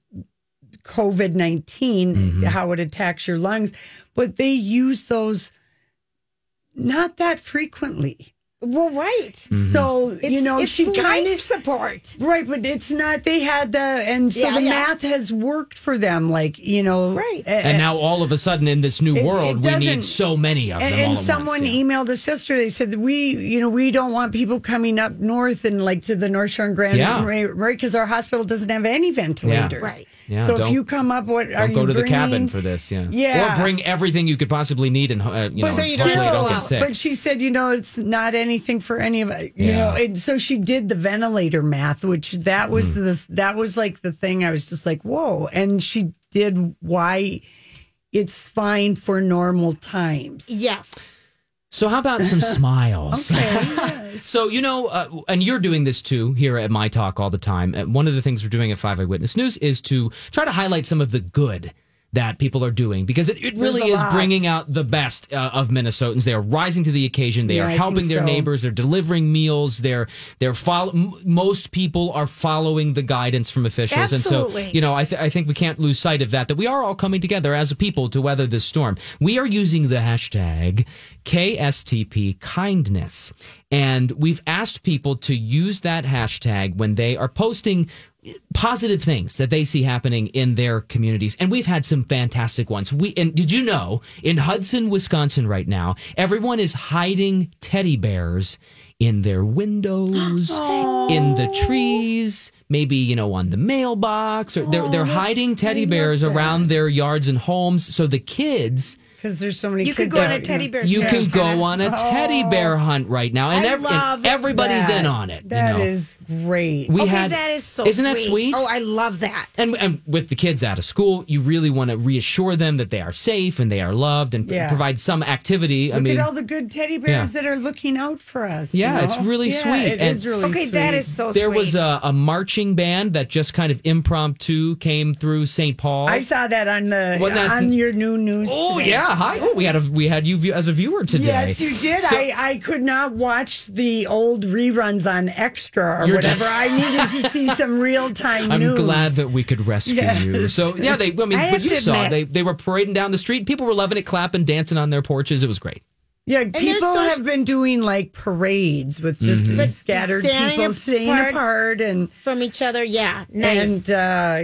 S2: COVID 19,
S10: Mm-hmm.
S2: how it attacks your lungs. But they use those not that frequently.
S3: well right
S10: Mm. Mm-hmm.
S2: So you
S3: It's-
S2: know
S3: it's
S2: she kind
S3: life
S2: of
S3: support
S2: right, but it's not. They had the and so
S3: Yeah,
S2: the
S3: yeah.
S2: math has worked for them. Like you know, right?
S10: And now all of a sudden in this new
S2: It- it
S10: world we
S2: doesn't-
S10: need so many of them
S2: and,
S10: all
S2: and
S10: at
S2: someone
S10: once. yeah.
S2: emailed us yesterday said that we you know we don't want people coming up north and like to the north shore and grand
S10: Yeah.
S2: Marais because our hospital doesn't have any ventilators
S10: Right. Yeah,
S2: so if
S10: don't-
S2: you come up what are
S10: Don't go
S2: you
S10: to the
S2: bringing?
S10: cabin for this, yeah.
S2: Yeah.
S10: Or bring everything you could possibly need and uh, you know,
S2: but,
S10: and hopefully don't get
S2: still,
S10: sick.
S2: but she said, you know, it's not anything for any of it, you know. And so she did the ventilator math, which that was
S10: Hmm.
S2: this that was like the thing. I was just like, whoa! And she did why it's fine for normal times.
S3: Yes.
S10: So how about some smiles? so you know, uh, and you're doing this too here at my talk all the time. Uh, One of the things we're doing at Five Eyewitness News is to try to highlight some of the good that people are doing because it, it really
S15: a
S10: is
S15: lot.
S10: bringing out the best uh, of Minnesotans. They are rising to the occasion. They
S15: Yeah,
S10: are
S15: I
S10: helping
S15: think
S10: their
S15: so.
S10: neighbors. They're delivering meals. They're they're follow. m- Most people are following the guidance from officials, and
S15: Absolutely.
S10: so you know, I, th- I think we can't lose sight of that, that we are all coming together as a people to weather this storm. We are using the hashtag KSTP kindness. And we've asked people to use that hashtag when they are posting positive things that they see happening in their communities. And we've had some fantastic ones. We and did you know in Hudson, Wisconsin right now, everyone is hiding teddy bears in their windows, in the trees, maybe you know on the mailbox, or they're they're hiding teddy bears around their yards and homes. So the kids.
S2: Because there's so many.
S3: You could
S2: kids
S3: go on
S2: out,
S3: a teddy bear
S10: You
S3: Yeah.
S10: can go on a
S2: Oh.
S10: teddy bear hunt right now, and,
S3: I
S10: ev- and
S3: love
S10: everybody's
S3: that.
S10: in on it.
S2: That
S10: you know?
S2: is great.
S10: We
S3: okay,
S10: had-
S3: that is so
S10: isn't that sweet?
S3: oh i love that
S10: And, and with the kids out of school, you really want to reassure them that they are safe and they are loved, and p-
S2: Yeah.
S10: provide some activity.
S2: Look
S10: I mean,
S2: at all the good teddy bears that are looking out for us.
S10: Yeah,
S2: you
S10: it's
S2: know?
S10: really
S2: Yeah,
S10: sweet.
S2: It is
S10: And-
S2: really
S3: Okay,
S2: sweet.
S3: that is so
S10: there was a, a marching band that just kind of impromptu came through St. Paul.
S2: I saw that on the
S10: Well, not-
S2: on your new news.
S10: Oh
S2: today.
S10: yeah, hi. Oh, we had a we had you view- as a viewer today.
S2: Yes, you did.
S10: So-
S2: I, I could not watch the old reruns on Extra or
S10: You're
S2: whatever.
S10: done.
S2: I needed to see some real time
S10: I'm
S2: news.
S10: glad that we could rescue you.
S2: Yes.
S10: So yeah, they. I mean,
S2: I
S10: but
S2: have
S10: you
S2: to
S10: saw
S2: admit-
S10: they they were parading down the street. People were loving it, clapping, dancing on their porches. It was great.
S2: Yeah,
S3: they're
S2: people
S3: so-
S2: have been doing like parades with just
S10: Mhm. But
S2: scattered
S3: standing
S2: people staying
S3: apart
S2: apart and
S3: from each other yeah nice
S2: and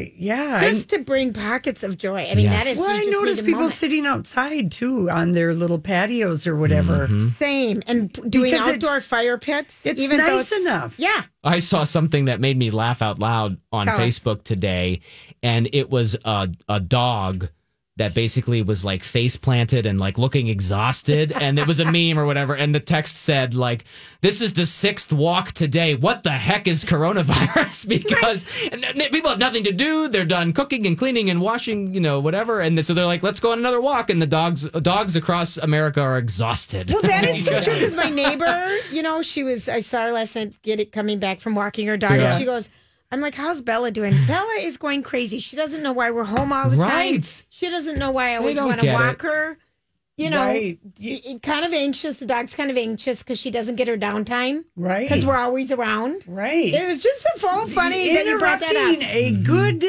S2: uh, yeah. and-
S3: just to bring pockets of joy i mean that is
S2: Well,
S3: you
S2: I
S3: just
S2: noticed
S3: need a
S2: people
S3: moment.
S2: sitting outside too on their little patios or whatever.
S10: Mm-hmm.
S3: same and p- doing
S2: Because it's-
S3: outdoor fire pits
S2: it's
S3: though
S2: nice
S3: it's-
S2: enough.
S3: yeah
S10: I saw something that made me laugh out loud on
S3: Tell us.
S10: Facebook today, and it was a a dog that basically was like face planted and like looking exhausted, and it was a meme or whatever, and the text said like, "This is the sixth walk today. What the heck is coronavirus?" because and th- people have nothing to do. They're done cooking and cleaning and washing, you know, whatever, and so they're like, "Let's go on another walk." And the dogs dogs across America are exhausted.
S3: Well, that is so
S10: Yeah.
S3: true because my neighbor, you know, she was, I saw her last night get it coming back from walking her dog,
S10: Yeah.
S3: and she goes, I'm like, how's Bella doing? Bella is going crazy. She doesn't know why we're home all the
S10: Right.
S3: time. She doesn't know why I always
S10: don't
S3: want to
S10: get
S3: walk
S10: it.
S3: her. You know,
S10: Right.
S3: y- y- kind of anxious. The dog's kind of anxious because she doesn't get her downtime.
S2: Right.
S3: Because we're always around.
S2: Right.
S3: It was just so full funny that you brought that
S2: Interrupting
S3: up.
S2: a
S10: Mm-hmm.
S2: good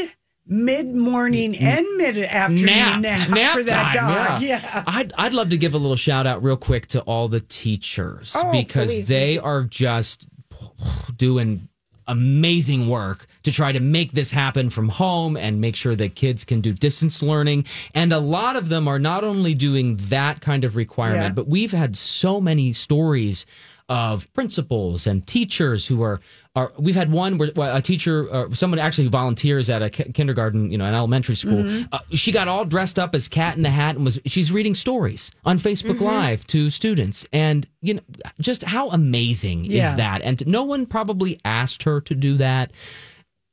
S2: mid morning and mid afternoon
S10: Nap,
S2: nap,
S10: Mm-hmm. nap,
S2: for that
S10: time,
S2: dog.
S10: Yeah.
S2: Yeah.
S10: I'd, I'd love to give a little shout out real quick to all the teachers
S2: Oh,
S10: because
S2: please.
S10: they are just doing amazing work to try to make this happen from home and make sure that kids can do distance learning. And a lot of them are not only doing that kind of requirement,
S16: Yeah.
S10: but we've had so many stories of principals and teachers who are are we've had one where where a teacher uh, someone actually who volunteers at a ki- kindergarten you know an elementary school
S16: Mhm.
S10: uh, she got all dressed up as cat in the hat and was she's reading stories on facebook
S16: Mhm.
S10: live to students and you know just how amazing
S16: Yeah.
S10: is that and no one probably asked her to do that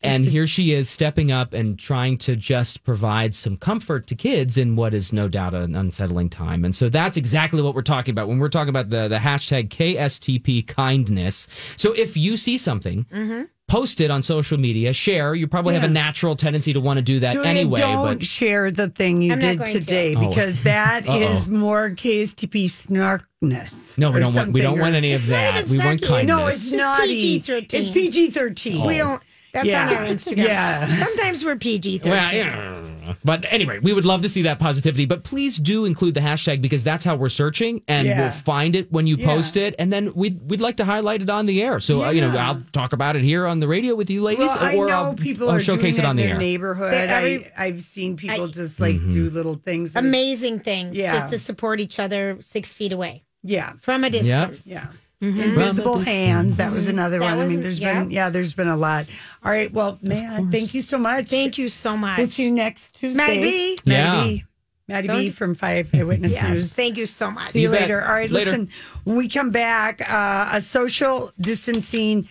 S10: and here she is stepping up and trying to just provide some comfort to kids in what is no doubt an unsettling time. And so that's exactly what we're talking about when we're talking about the, the hashtag KSTP kindness. So if you see something, post it on social media, share. You probably have a
S2: Mm-hmm. Yeah.
S10: natural tendency to want to do that
S2: Julia,
S10: anyway.
S2: don't
S10: But
S2: share the thing you
S10: I'm not
S2: did
S10: going to.
S2: today
S10: Oh.
S2: because that
S10: Uh-oh.
S2: is more KSTP snarkness.
S10: no, we
S2: or
S10: don't want we don't
S2: something,
S10: want
S2: or-
S10: any of Oh. that. We want kindness.
S2: No, it's,
S3: It's
S2: naughty.
S3: PG-13.
S2: It's PG thirteen.
S3: We don't. That's
S2: Oh. Yeah.
S3: on our Instagram.
S2: Yeah.
S3: Sometimes we're PG thirteen.
S10: Well, yeah. But anyway, we would love to see that positivity. But please do include the hashtag because that's how we're searching, and
S16: Yeah.
S10: we'll find it when you
S16: Yeah.
S10: post it, and then we'd we'd like to highlight it on the air. So uh, you know,
S2: Yeah.
S10: I'll talk about it here on the radio with you ladies,
S2: Well, I know
S10: I'll,
S2: people
S10: I'll
S2: are
S10: um, showcase
S2: doing
S10: it on the
S2: in
S10: air. Mm-hmm.
S2: their neighborhood.
S3: That every-
S2: I, I've seen people just like do little things. that-
S3: Amazing things.
S2: Yeah.
S3: Just to support each other six feet away.
S2: Yeah.
S3: From a distance.
S2: Yeah.
S3: Mhm.
S2: Invisible
S3: From a
S2: hands. That was
S3: distance.
S2: another
S3: That
S2: one. I
S3: was-
S2: mean, there's
S3: yeah.
S2: been yeah, there's been a lot. All right. Well, Matt, thank you so much. Thank
S3: you so much.
S2: We'll see you next Tuesday.
S3: Maddie B.
S2: Maddie
S3: Yeah.
S2: B. Maddie B.
S3: Don't-
S2: from Five Eyewitness
S3: Yes,
S2: News.
S3: Thank you so much.
S2: See you, later. All right, listen. When we come back, uh, a social distancing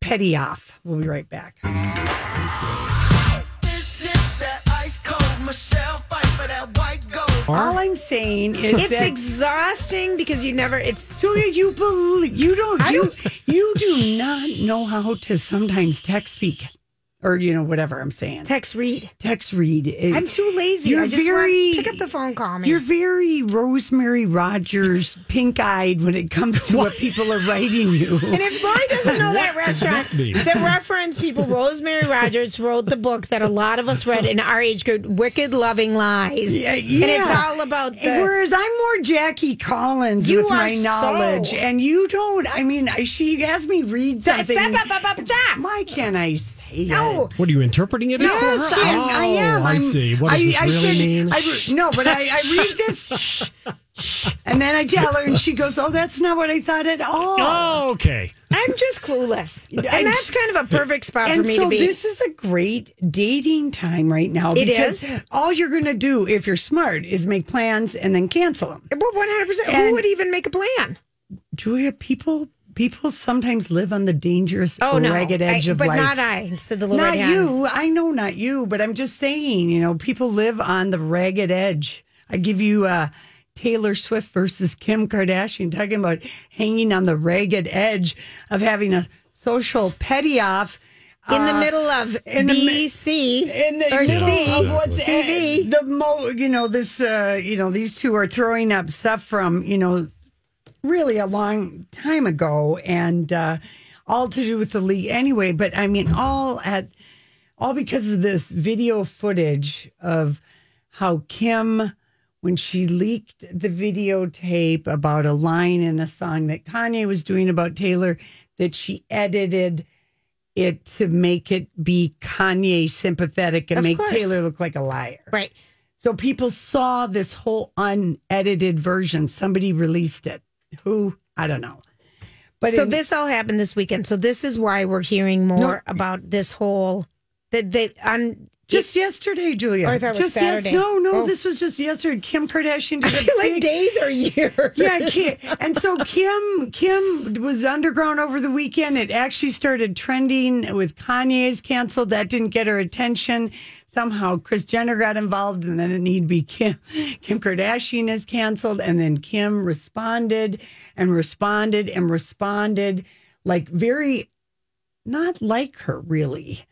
S2: petty off. We'll be right back. All I'm saying is
S3: It's
S2: that-
S3: exhausting because you never. It's
S2: Julia, you believe you don't you you do not know how to sometimes text speak or you know whatever I'm saying.
S3: Text read.
S2: Text read. It-
S3: I'm too lazy.
S2: You're
S3: I just
S2: very
S3: want, pick up the phone, call me.
S2: you're very Rosemary Rogers, pink eyed when it comes to what people are writing you.
S3: and if Lori doesn't know that
S2: What does
S3: restaurant,
S2: that mean?
S3: the reference people, Rosemary Rogers wrote the book that a lot of us read in our age group, Wicked Loving Lies.
S2: Yeah,
S3: And it's
S2: yeah.
S3: all about the.
S2: And Whereas I'm more Jackie Collins
S3: You
S2: with my
S3: are so-
S2: knowledge, and you don't. I mean, I- she has me read something. Why can't I say no.
S1: What are you interpreting it? as?
S2: Yes, I am. I am.
S1: Oh, I
S2: I'm-
S1: see. What does
S2: I-
S1: this
S2: I
S1: really
S2: said-
S1: mean?
S2: I re- no, but I, I read this, shh, shh, and then I tell her, and she goes, "Oh, that's not what I thought at all."
S1: Oh, okay.
S3: I'm just clueless. And that's kind of a perfect spot
S2: and
S3: Uh, for me
S2: so
S3: to be.
S2: This is a great dating time right now.
S3: It
S2: because
S3: is.
S2: All you're going to do if you're smart is make plans and then cancel them.
S3: Well, 100%. Who
S2: And-
S3: would even make a plan?
S2: Julia, people people sometimes live on the dangerous
S3: Oh, no.
S2: ragged edge
S3: I-
S2: of
S3: but
S2: life.
S3: not I, said the Lord.
S2: Not
S3: hand.
S2: you. I know not you, but I'm just saying, you know, people live on the ragged edge. I give you uh Taylor Swift versus Kim Kardashian talking about hanging on the ragged edge of having a social petty off
S3: In the
S2: uh,
S3: middle of
S2: in the mi-
S3: BC
S2: in the
S3: or
S2: middle
S3: C
S2: of what's
S3: CV.
S2: the mo you know this uh you know these two are throwing up stuff from you know really a long time ago and uh all to do with the league anyway but i mean all at all because of this video footage of how kim when she leaked the videotape about a line in a song that kanye was doing about taylor that she edited it to make it be Kanye sympathetic and
S3: Of
S2: make
S3: course.
S2: Taylor look like a liar.
S3: Right.
S2: So people saw this whole unedited version. Somebody released it. Who? I don't know. But
S3: so
S2: in-
S3: this all happened this weekend. So this is why we're hearing more about this whole that they on
S2: Just yesterday, Julia.
S3: Oh, I thought it was
S2: just yes-
S3: Saturday.
S2: no, no,
S3: Oh.
S2: this was just yesterday. Kim Kardashian did
S3: I
S2: a
S3: feel like
S2: big-
S3: days or years.
S2: Yeah, Kim, and so Kim Kim was underground over the weekend. It actually started trending with Kanye's canceled. That didn't get her attention. Somehow Chris Jenner got involved, and then it need be Kim. Kim Kardashian is canceled, and then Kim responded and responded and responded like very not like her really.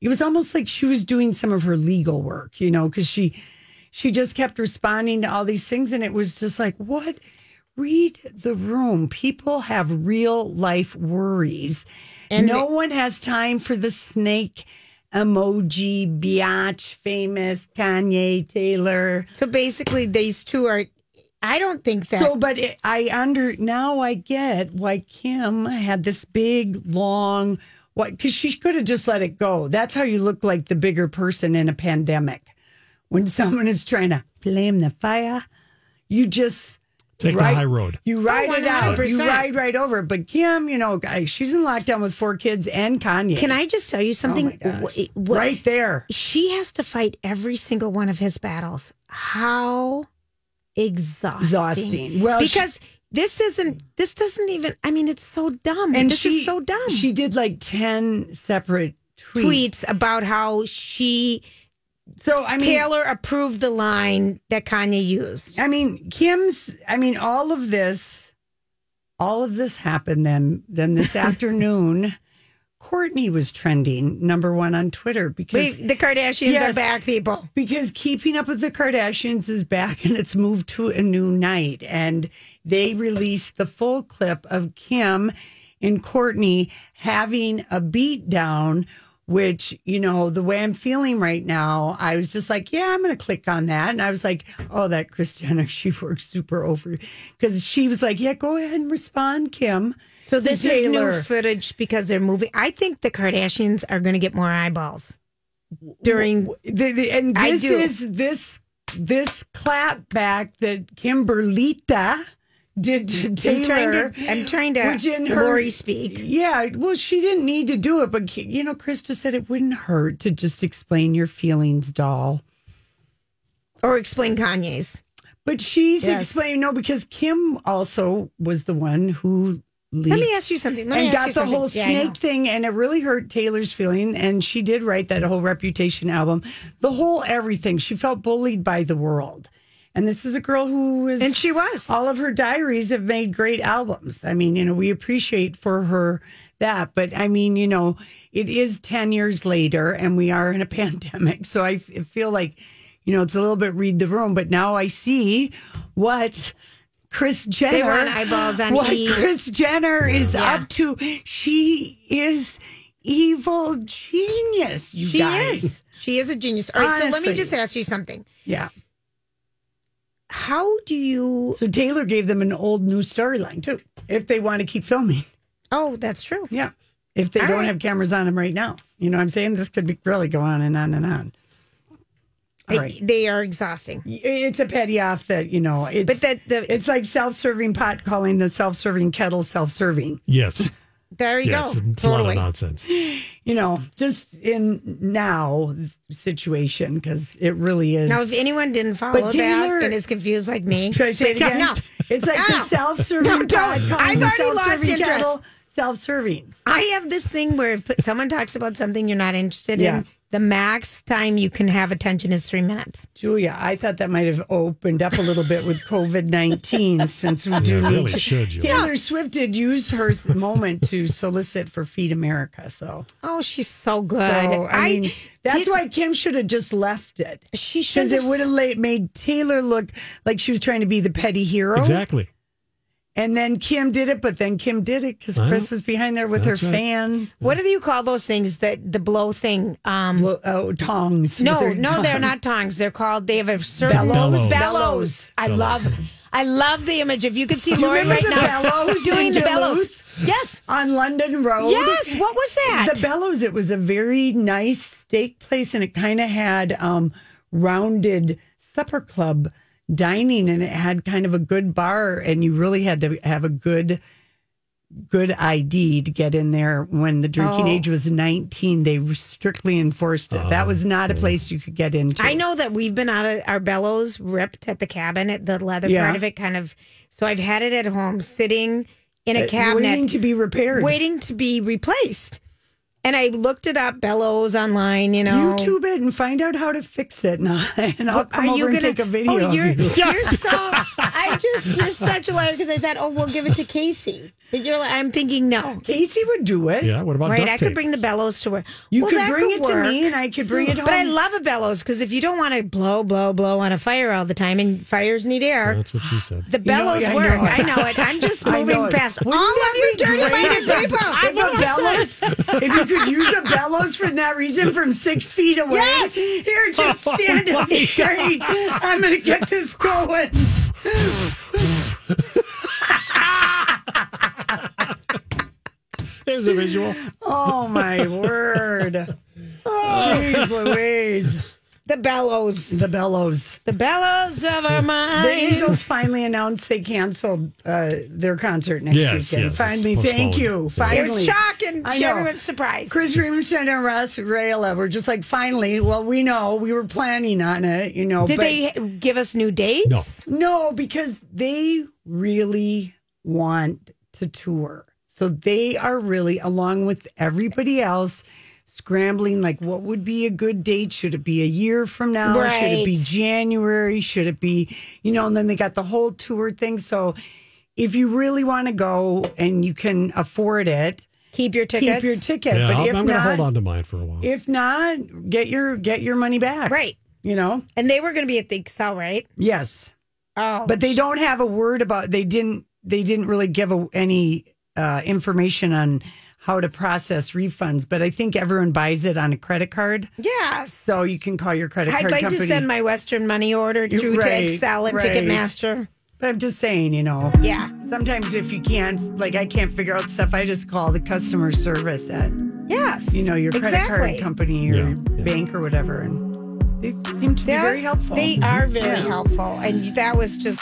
S2: It was almost like she was doing some of her legal work, you know, because she she just kept responding to all these things, and it was just like, what? Read the room. People have real life worries.
S3: And
S2: no one has time for the snake emoji, biatch, famous Kanye Taylor.
S3: So basically, these two are. I don't think that.
S2: So, but it, I under now I get why Kim had this big long what because she could have just let it go. That's how you look like the bigger person in a pandemic when someone is trying to flame the fire. You just
S1: Take the
S2: ride-
S1: high road.
S2: You ride it out. You ride right over. it. But Kim, you know, guys, she's in lockdown with four kids and Kanye.
S3: Can I just tell you something? Wh- wh-
S2: Oh Right there.
S3: She has to fight every single one of his battles. How exhausting.
S2: Exhausting. Well, she-
S3: because this isn't, this doesn't even, I mean, it's so dumb.
S2: And
S3: this
S2: she-
S3: is so dumb.
S2: She did like ten separate tweets.
S3: tweets about how she,
S2: So I mean,
S3: Taylor approved the line that Kanye used.
S2: I mean, Kim's. I mean, all of this, all of this happened. Then, then this afternoon, Courtney was trending number one on Twitter
S3: We,
S2: because
S3: the Kardashians
S2: Yes.
S3: are back, people.
S2: because Keeping Up with the Kardashians is back and it's moved to a new night, and they released the full clip of Kim and Courtney having a beatdown. Which, you know, the way I'm feeling right now, I was just like, yeah, I'm going to click on that. And I was like, oh, that Kris Jenner, she works super over. Because she was like, yeah, go ahead and respond, Kim.
S3: So
S2: to
S3: this is new
S2: Taylor."
S3: footage because they're moving. I think the Kardashians are going to get more eyeballs during.
S2: The, the, and
S3: I
S2: this
S3: do.
S2: is this this clap back that Kimberlita did to
S3: I'm trying
S2: Taylor.
S3: to. I'm trying to.
S2: which in her-
S3: Lori speak.
S2: Yeah, well, she didn't need to do it, but you know, Krista said it wouldn't hurt to just explain your feelings, doll.
S3: Or explain Kanye's.
S2: But she's
S3: Yes.
S2: explaining no, because Kim also was the one who leaked.
S3: Let me ask you something. Let me
S2: and
S3: ask
S2: got
S3: you
S2: the
S3: something.
S2: whole
S3: Yeah, I know.
S2: snake thing, and it really hurt Taylor's feeling. And she did write that whole Reputation album, the whole everything. She felt bullied by the world, and this is a girl who is,
S3: And she was.
S2: All of her diaries have made great albums. I mean, you know, we appreciate for her that, but I mean, you know, it is ten years later, and we are in a pandemic, so I f- feel like. You know, it's a little bit read the room, but now I see what Chris Jenner.
S3: want eyeballs on
S2: what
S3: E.
S2: Chris Jenner is up to. She is evil genius. You
S3: She
S2: guys.
S3: is. She is a genius. All right. So let me
S2: Honestly.
S3: just ask you something.
S2: Yeah.
S3: How do you?
S2: So Taylor gave them an old new storyline too, if they want to keep filming.
S3: Oh, that's true.
S2: Yeah. If they
S3: All
S2: don't
S3: right.
S2: have cameras on them right now, you know what I'm saying? This could be really go on and on and on. All
S3: I-
S2: right.
S3: They are exhausting.
S2: It's a petty off that, you know, it's,
S3: But that the
S2: it's like self serving pot calling the self serving kettle self serving.
S1: Yes.
S3: there you
S1: yes.
S3: go.
S1: It's a lot
S3: Totally.
S1: of nonsense.
S2: you know, just in now situation because it really is.
S3: Now, if anyone didn't follow
S2: Taylor-
S3: that and is confused like me,
S2: Should I say it
S3: but
S2: again?
S3: No,
S2: It's like the
S3: No.
S2: self-serving.
S3: No,
S2: pot
S3: don't.
S2: calling
S3: I've
S2: the
S3: already lost
S2: self-serving
S3: interest.
S2: kettle Self-serving.
S3: I have this thing where if someone talks about something you're not interested
S2: Yeah.
S3: in, the max time you can have attention is three minutes.
S2: Julia, I thought that might have opened up a little bit with COVID nineteen since we do
S1: it
S2: need
S1: really
S2: to.
S1: should, Julia.
S2: Taylor Swift did use her th- moment to solicit for Feed America. So,
S3: Oh, she's so good.
S2: so I mean, that's
S3: did-
S2: why Kim should have just left it
S3: she should.
S2: because it would have la- made Taylor look like she was trying to be the petty hero.
S1: Exactly.
S2: And then Kim did it, but then Kim did it because
S1: I know.
S2: Chris is behind there with her
S1: That's right.
S2: fan
S3: What do you call those things that the blow thing? Um,
S2: blo- oh, tongs. with
S3: no,
S2: her
S3: no, they're
S2: tongue.
S3: not tongs. They're called. They have a certain
S1: Bellows.
S3: bellows.
S2: Bellows.
S3: I
S1: Bellows.
S3: love. I love the image. If you could see
S2: You
S3: Lori
S2: remember
S3: right
S2: the
S3: now
S2: bellows
S3: doing
S2: in
S3: the bellows.
S2: Duluth?
S3: Yes.
S2: On London Road.
S3: Yes. What was that?
S2: The Bellows. It was a very nice steak place and it kind of had um, rounded supper club dining and it had kind of a good bar and you really had to have a good good ID to get in there when the drinking
S3: Oh.
S2: age was 19 they strictly enforced it that was not a place you could get into
S3: I know that we've been out of our bellows ripped at the cabinet, the leather
S2: Yeah.
S3: part of it kind of. So I've had it at home sitting in a
S2: Uh, waiting
S3: cabinet,
S2: to be repaired
S3: waiting to be replaced. And I looked it up, Bellows online, you know.
S2: YouTube it and find out how to fix it. And, I, and I'll
S3: Look,
S2: come over and take a video.
S3: Oh,
S2: of
S3: you're,
S2: you.
S3: you're so. I just you're such a liar because I thought, oh, we'll give it to Casey. But you're like, I'm thinking, no,
S2: Casey would do it.
S1: Yeah, what about
S3: right?
S1: duct
S3: I
S1: tape?
S3: could bring the bellows to her.
S2: You
S3: Well,
S2: could
S3: that
S2: bring it to me
S3: work.
S2: and I could bring it
S3: But I
S2: home.
S3: love a bellows because if you don't want to blow, blow, blow on a fire all the time, and fires need air.
S1: That's what she said.
S3: The bellows
S2: I know
S3: work.
S2: it.
S3: I know it. I'm just
S2: I know
S3: moving
S2: it.
S3: past all
S2: Wouldn't
S3: of
S2: that
S3: you
S2: be
S3: dirty
S2: great
S3: minded
S2: if a-
S3: people.
S2: If a bellows, if you could use a bellows for that reason from six feet away,
S3: Yes.
S2: here, just
S3: Oh
S2: stand
S3: my
S2: up straight.
S3: God.
S2: I'm going to get this going.
S1: There's a visual.
S2: Oh, my word.
S3: Oh.
S2: Jeez Louise.
S3: The bellows.
S2: The bellows.
S3: The bellows of our mind.
S2: The Eagles finally announced they canceled uh, their concert next
S1: Yes,
S2: weekend.
S1: yes,
S2: finally,
S1: it's
S2: thank
S1: postponed.
S2: you.
S1: Yeah.
S2: Finally,
S3: It was shocking.
S2: I know.
S3: Everyone's surprised.
S2: Chris Reamstein and Ross Rayla were just like, finally. Well, we know we were planning on it, you know.
S3: Did
S2: but
S3: they give us new dates?
S1: No.
S2: No, because they really want to tour. So they are really, along with everybody else, scrambling like, what would be a good date? Should it be a year from now? Should it be
S3: Right.
S2: January? Should it be, you know, and then they got the whole tour thing. So if you really want to go and you can afford it,
S3: Keep your tickets.
S2: keep your ticket.
S1: Yeah,
S2: but
S1: I'm,
S2: if
S1: I'm gonna
S2: not,
S1: hold on to mine for a while.
S2: if not, get your get your money back.
S3: Right.
S2: You know?
S3: And they were going to be at the Excel, right?
S2: Yes.
S3: Oh.
S2: but they don't have a word about they didn't they didn't really give a, any uh, information on how to process refunds but i think everyone buys it on a credit card
S3: Yes.
S2: so you can call your credit
S3: I'd
S2: card
S3: like
S2: company
S3: to send my Western money order
S2: You're
S3: through to
S2: right,
S3: Excel and
S2: right.
S3: Ticketmaster.
S2: but i'm just saying you know
S3: Yeah.
S2: sometimes if you can't like i can't figure out stuff i just call the customer service at
S3: Yes.
S2: you know your credit
S3: Exactly.
S2: card company or
S1: Yeah,
S2: bank or whatever and they seem to
S3: They're-
S2: be very helpful Mm-hmm.
S3: They are very
S2: Yeah.
S3: helpful. And that was just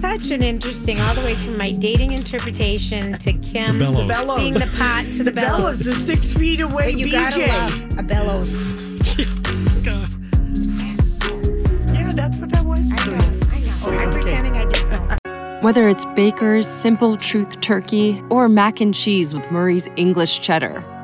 S3: such an interesting, all the way from my dating interpretation to Kim
S1: bellows. The
S2: bellows.
S3: being the pot to the bellows.
S2: bellows the six feet away
S3: But you
S2: BJ.
S3: gotta love a bellows.
S2: yeah that's what that was
S3: I know, I know. I'm pretending I didn't know.
S16: Whether it's Baker's Simple Truth Turkey or mac and cheese with Murray's English Cheddar